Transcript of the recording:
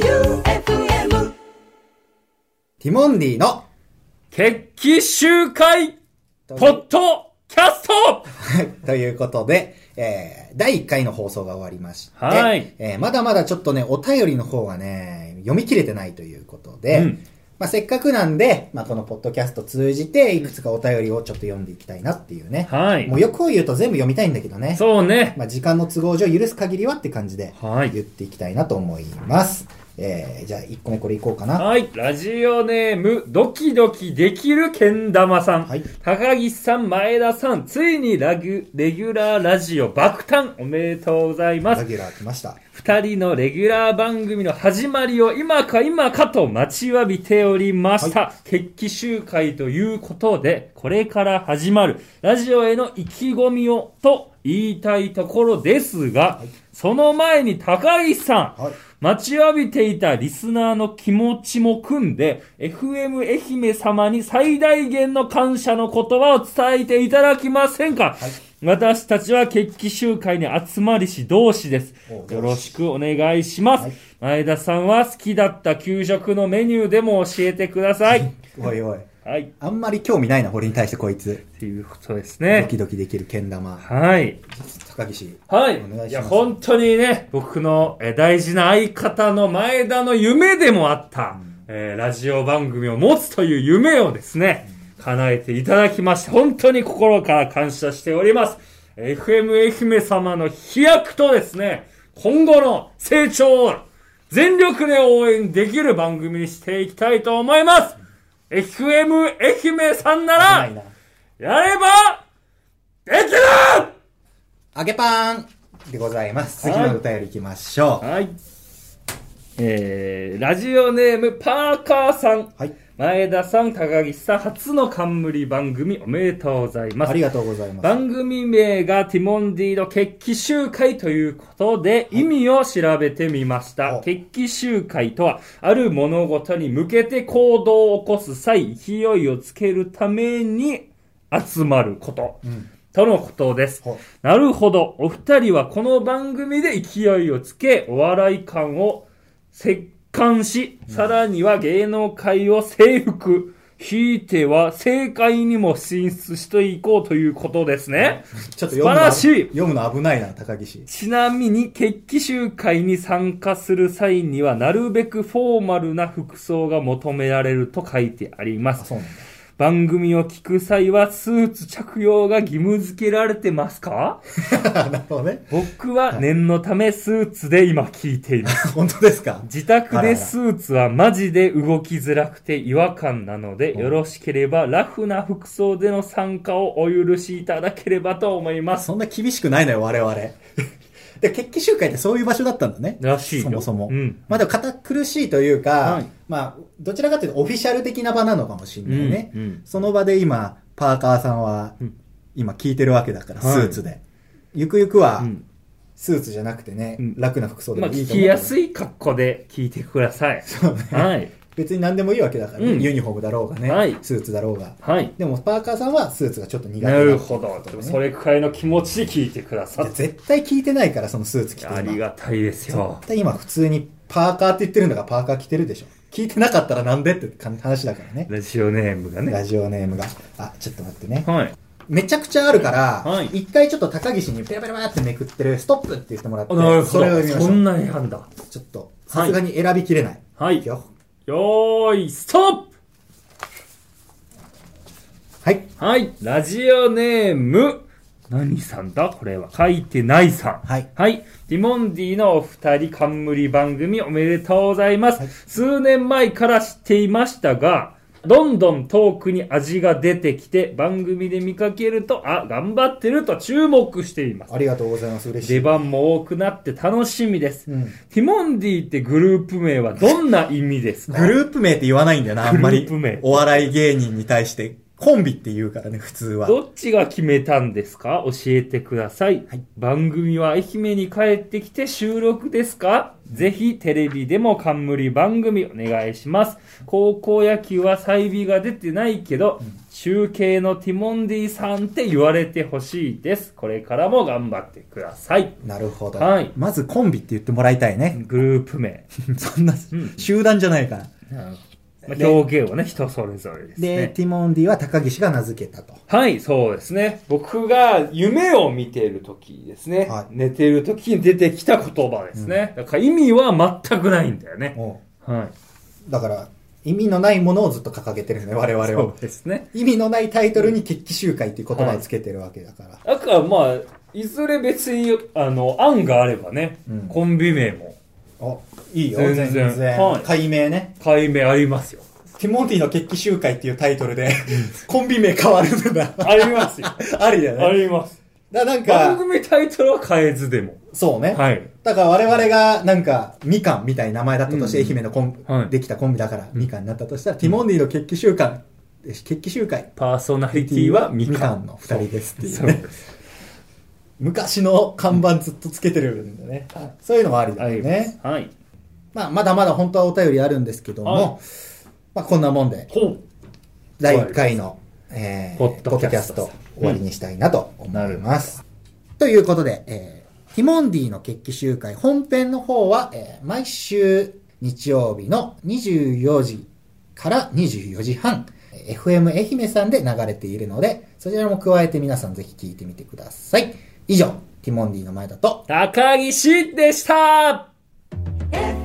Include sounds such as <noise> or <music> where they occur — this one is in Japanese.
J-O-E-U-F-M ティモンディの、決起集会ポッドキャスト <laughs> ということで、えー、第1回の放送が終わりまして、はいえーまだまだちょっとね、お便りの方がね、読み切れてないということで、うんまあ、せっかくなんで、まあ、このポッドキャスト通じて、いくつかお便りをちょっと読んでいきたいなっていうね。はいもう欲を言うと全部読みたいんだけどね。そうね。まあ、時間の都合上許す限りはって感じで、はい言っていきたいなと思います。えー、じゃあ1個目これいこうかな。はい。ラジオネーム、ドキドキできるけん玉さん。はい高岸さん、前田さん、ついにラグ、レギュラーラジオ爆誕おめでとうございまラす。ギュラー来ました。二人のレギュラー番組の始まりを今か今かと待ちわびておりました。決起集会ということで、これから始まるラジオへの意気込みをと言いたいところですが、その前に高岸さん、はい待ちわびていたリスナーの気持ちも組んで、FM 愛媛様に最大限の感謝の言葉を伝えていただきませんか、私たちは決起集会に集まりし同士ですお。うよろしくお願いします。はい前田さんは好きだった給食のメニューでも教えてください。おいおい。はい。っあんまり興味ないな、俺に対してこいつ。ていうことですドね。キドキできるけん玉。はい。高岸。はい。お願いしますいや、本当にね、僕のえー大事な相方の前田の夢でもあった、えーラジオ番組を持つという夢をですね、叶えていただきまして、本当に心から感謝しております。えー FM 愛媛様の飛躍とですね、今後の成長を全力で応援できる番組にしていきたいと思います。FM 愛媛さんなら、ないな。やれば、できる揚げパンでございます。次のお便り行きましょう。はい。えー、ラジオネームパーカーさん。はい。前田さん、高岸さん、初の冠番組おめでとうございます。ありがとうございます。番組名がティモンディの決起集会ということで、意味を調べてみました。お決起集会とは、ある物事に向けて行動を起こす際、勢いをつけるために集まること。んとのことですほ。なるほど。お二人はこの番組で勢いをつけ、お笑い感を折檻し、さらには芸能界を征服、ひいては政界にも進出していこうということですね。ちょっと素晴らしい読むの読むの危ないな、高岸。 <laughs> ちなみに、決起集会に参加する際には、なるべくフォーマルな服装が求められると書いてありまあす。そうなんだ。番組を聞く際は、スーツ着用が義務付けられてますかなるほどね。僕は念のためスーツで今聞いています。本当ですか <laughs> 自宅でスーツはマジで動きづらくて違和感なので、よろしければラフな服装での参加をお許しいただければと思います。そんな厳しくないのよ、我々。 <laughs> で、決起集会ってそういう場所だったんだね。らしいよそもそも。うんまあでも堅苦しいというか、はいまあ、どちらかというとオフィシャル的な場なのかもしれないね。うんうんその場で今、パーカーさんはうん、今聞いてるわけだから、スはいーツで。ゆくゆくはうん、スーツじゃなくてね、うん楽な服装でまもあ、いい聞と思きう。やすい格好で聞いてください。はい。別に何でもいいわけだからね、うんユニフォームだろうがね、はいスーツだろうが。はい。でも、パーカーさんはスーツがちょっと苦手だっなていうることほでねど。でもそれくらいの気持ちで聞いてくださいやっ絶対聞いてないから、そのスーツ着てて。今ありがたいですよ絶。対今普通にパーカーって言ってるんだからパーカー着てるでしょ。聞いてなかったらなんでって話だからね。ラジオネームがね。ラジオネームが。あ、ちょっと待ってね。はい。めちゃくちゃあるから、一、はい回ちょっと高岸にペラペラペラってめくってるストップって言ってもらって、あなるほそれをど。読みましそ。ょうんなにあんだ。ちょっと、さすがに選びきれない。はいいくよよーい、ストップはい。はい。ラジオネーム。何さんだこれは。書いてないさん。はいはい。ティモンディのお二人、冠番組おめでとうございます。数年前から知っていましたが、どんどんトークに味が出てきて、番組で見かけると、あ、頑張ってると注目しています。ありがとうございます。嬉し出い。番も多くなって楽しみです。うんティモンディってグループ名はどんな意味ですかグループ名って言わないんだよな、あんまり。グループ名お笑い芸人に対して、コンビって言うからね、普通は。どっちが決めたんですか教えてください,、番組は愛媛に帰ってきて収録ですかぜひテレビでも冠番組お願いします。高校野球は済美が出てないけど、中継のティモンディさんって言われてほしいです。これからも頑張ってください。なるほど、はいまずコンビって言ってもらいたい <laughs> <laughs> ね。グループ名。そんな、うん集団じゃないから。まあ、表現はね、人それぞれですで、ね。ティモンディは高岸が名付けたと。はい、そうですね。僕が夢を見ている時ですね。はい寝ている時に出てきた言葉ですね。だから意味は全くないんだよね。おはい。うだから、意味のないものをずっと掲げてるんだよね、我々そを。うですね。意味のないタイトルに決起集会っていう言葉をつけてるわけだから。だからまあ、いずれ別に、あの、案があればね、うんコンビ名もお、いいよ、全全然然。はい解明ね。解明ありますよ。ティモンディの決起集会っていうタイトルで、コンビ名変わるんだ。 <laughs> あり <laughs> ますよ。ありだあよね。ります。だなん番か、組タイトルは変えずでも。そうね。はい。だから我々が、なんか、みかんみたいな名前だったとして、うん愛媛のコン、はいできたコンビだから、みかんになったとしたら、ティモンディの決起集会、え決起集会。パーソナリティはみかん。の二人ですっていうそうね。です。昔の看板ずっとつけてるんだね。そういうのもありだありよまねす。。はい。まあ、まだまだ本当はお便りあるんですけども、はいまあ、こんなもんで、ほう。第1回の、えー、ポッポドッキドキャャスストト終わりにしたいなと思なるいます。ということで、えー、ティモンディの決起集会本編の方は、えー毎週日曜日の24時から24時半、えー FM 愛媛さんで流れているので、そちらも加えて皆さんぜひ聞いてみてください。以上、ティモンディの前だと、高岸でした F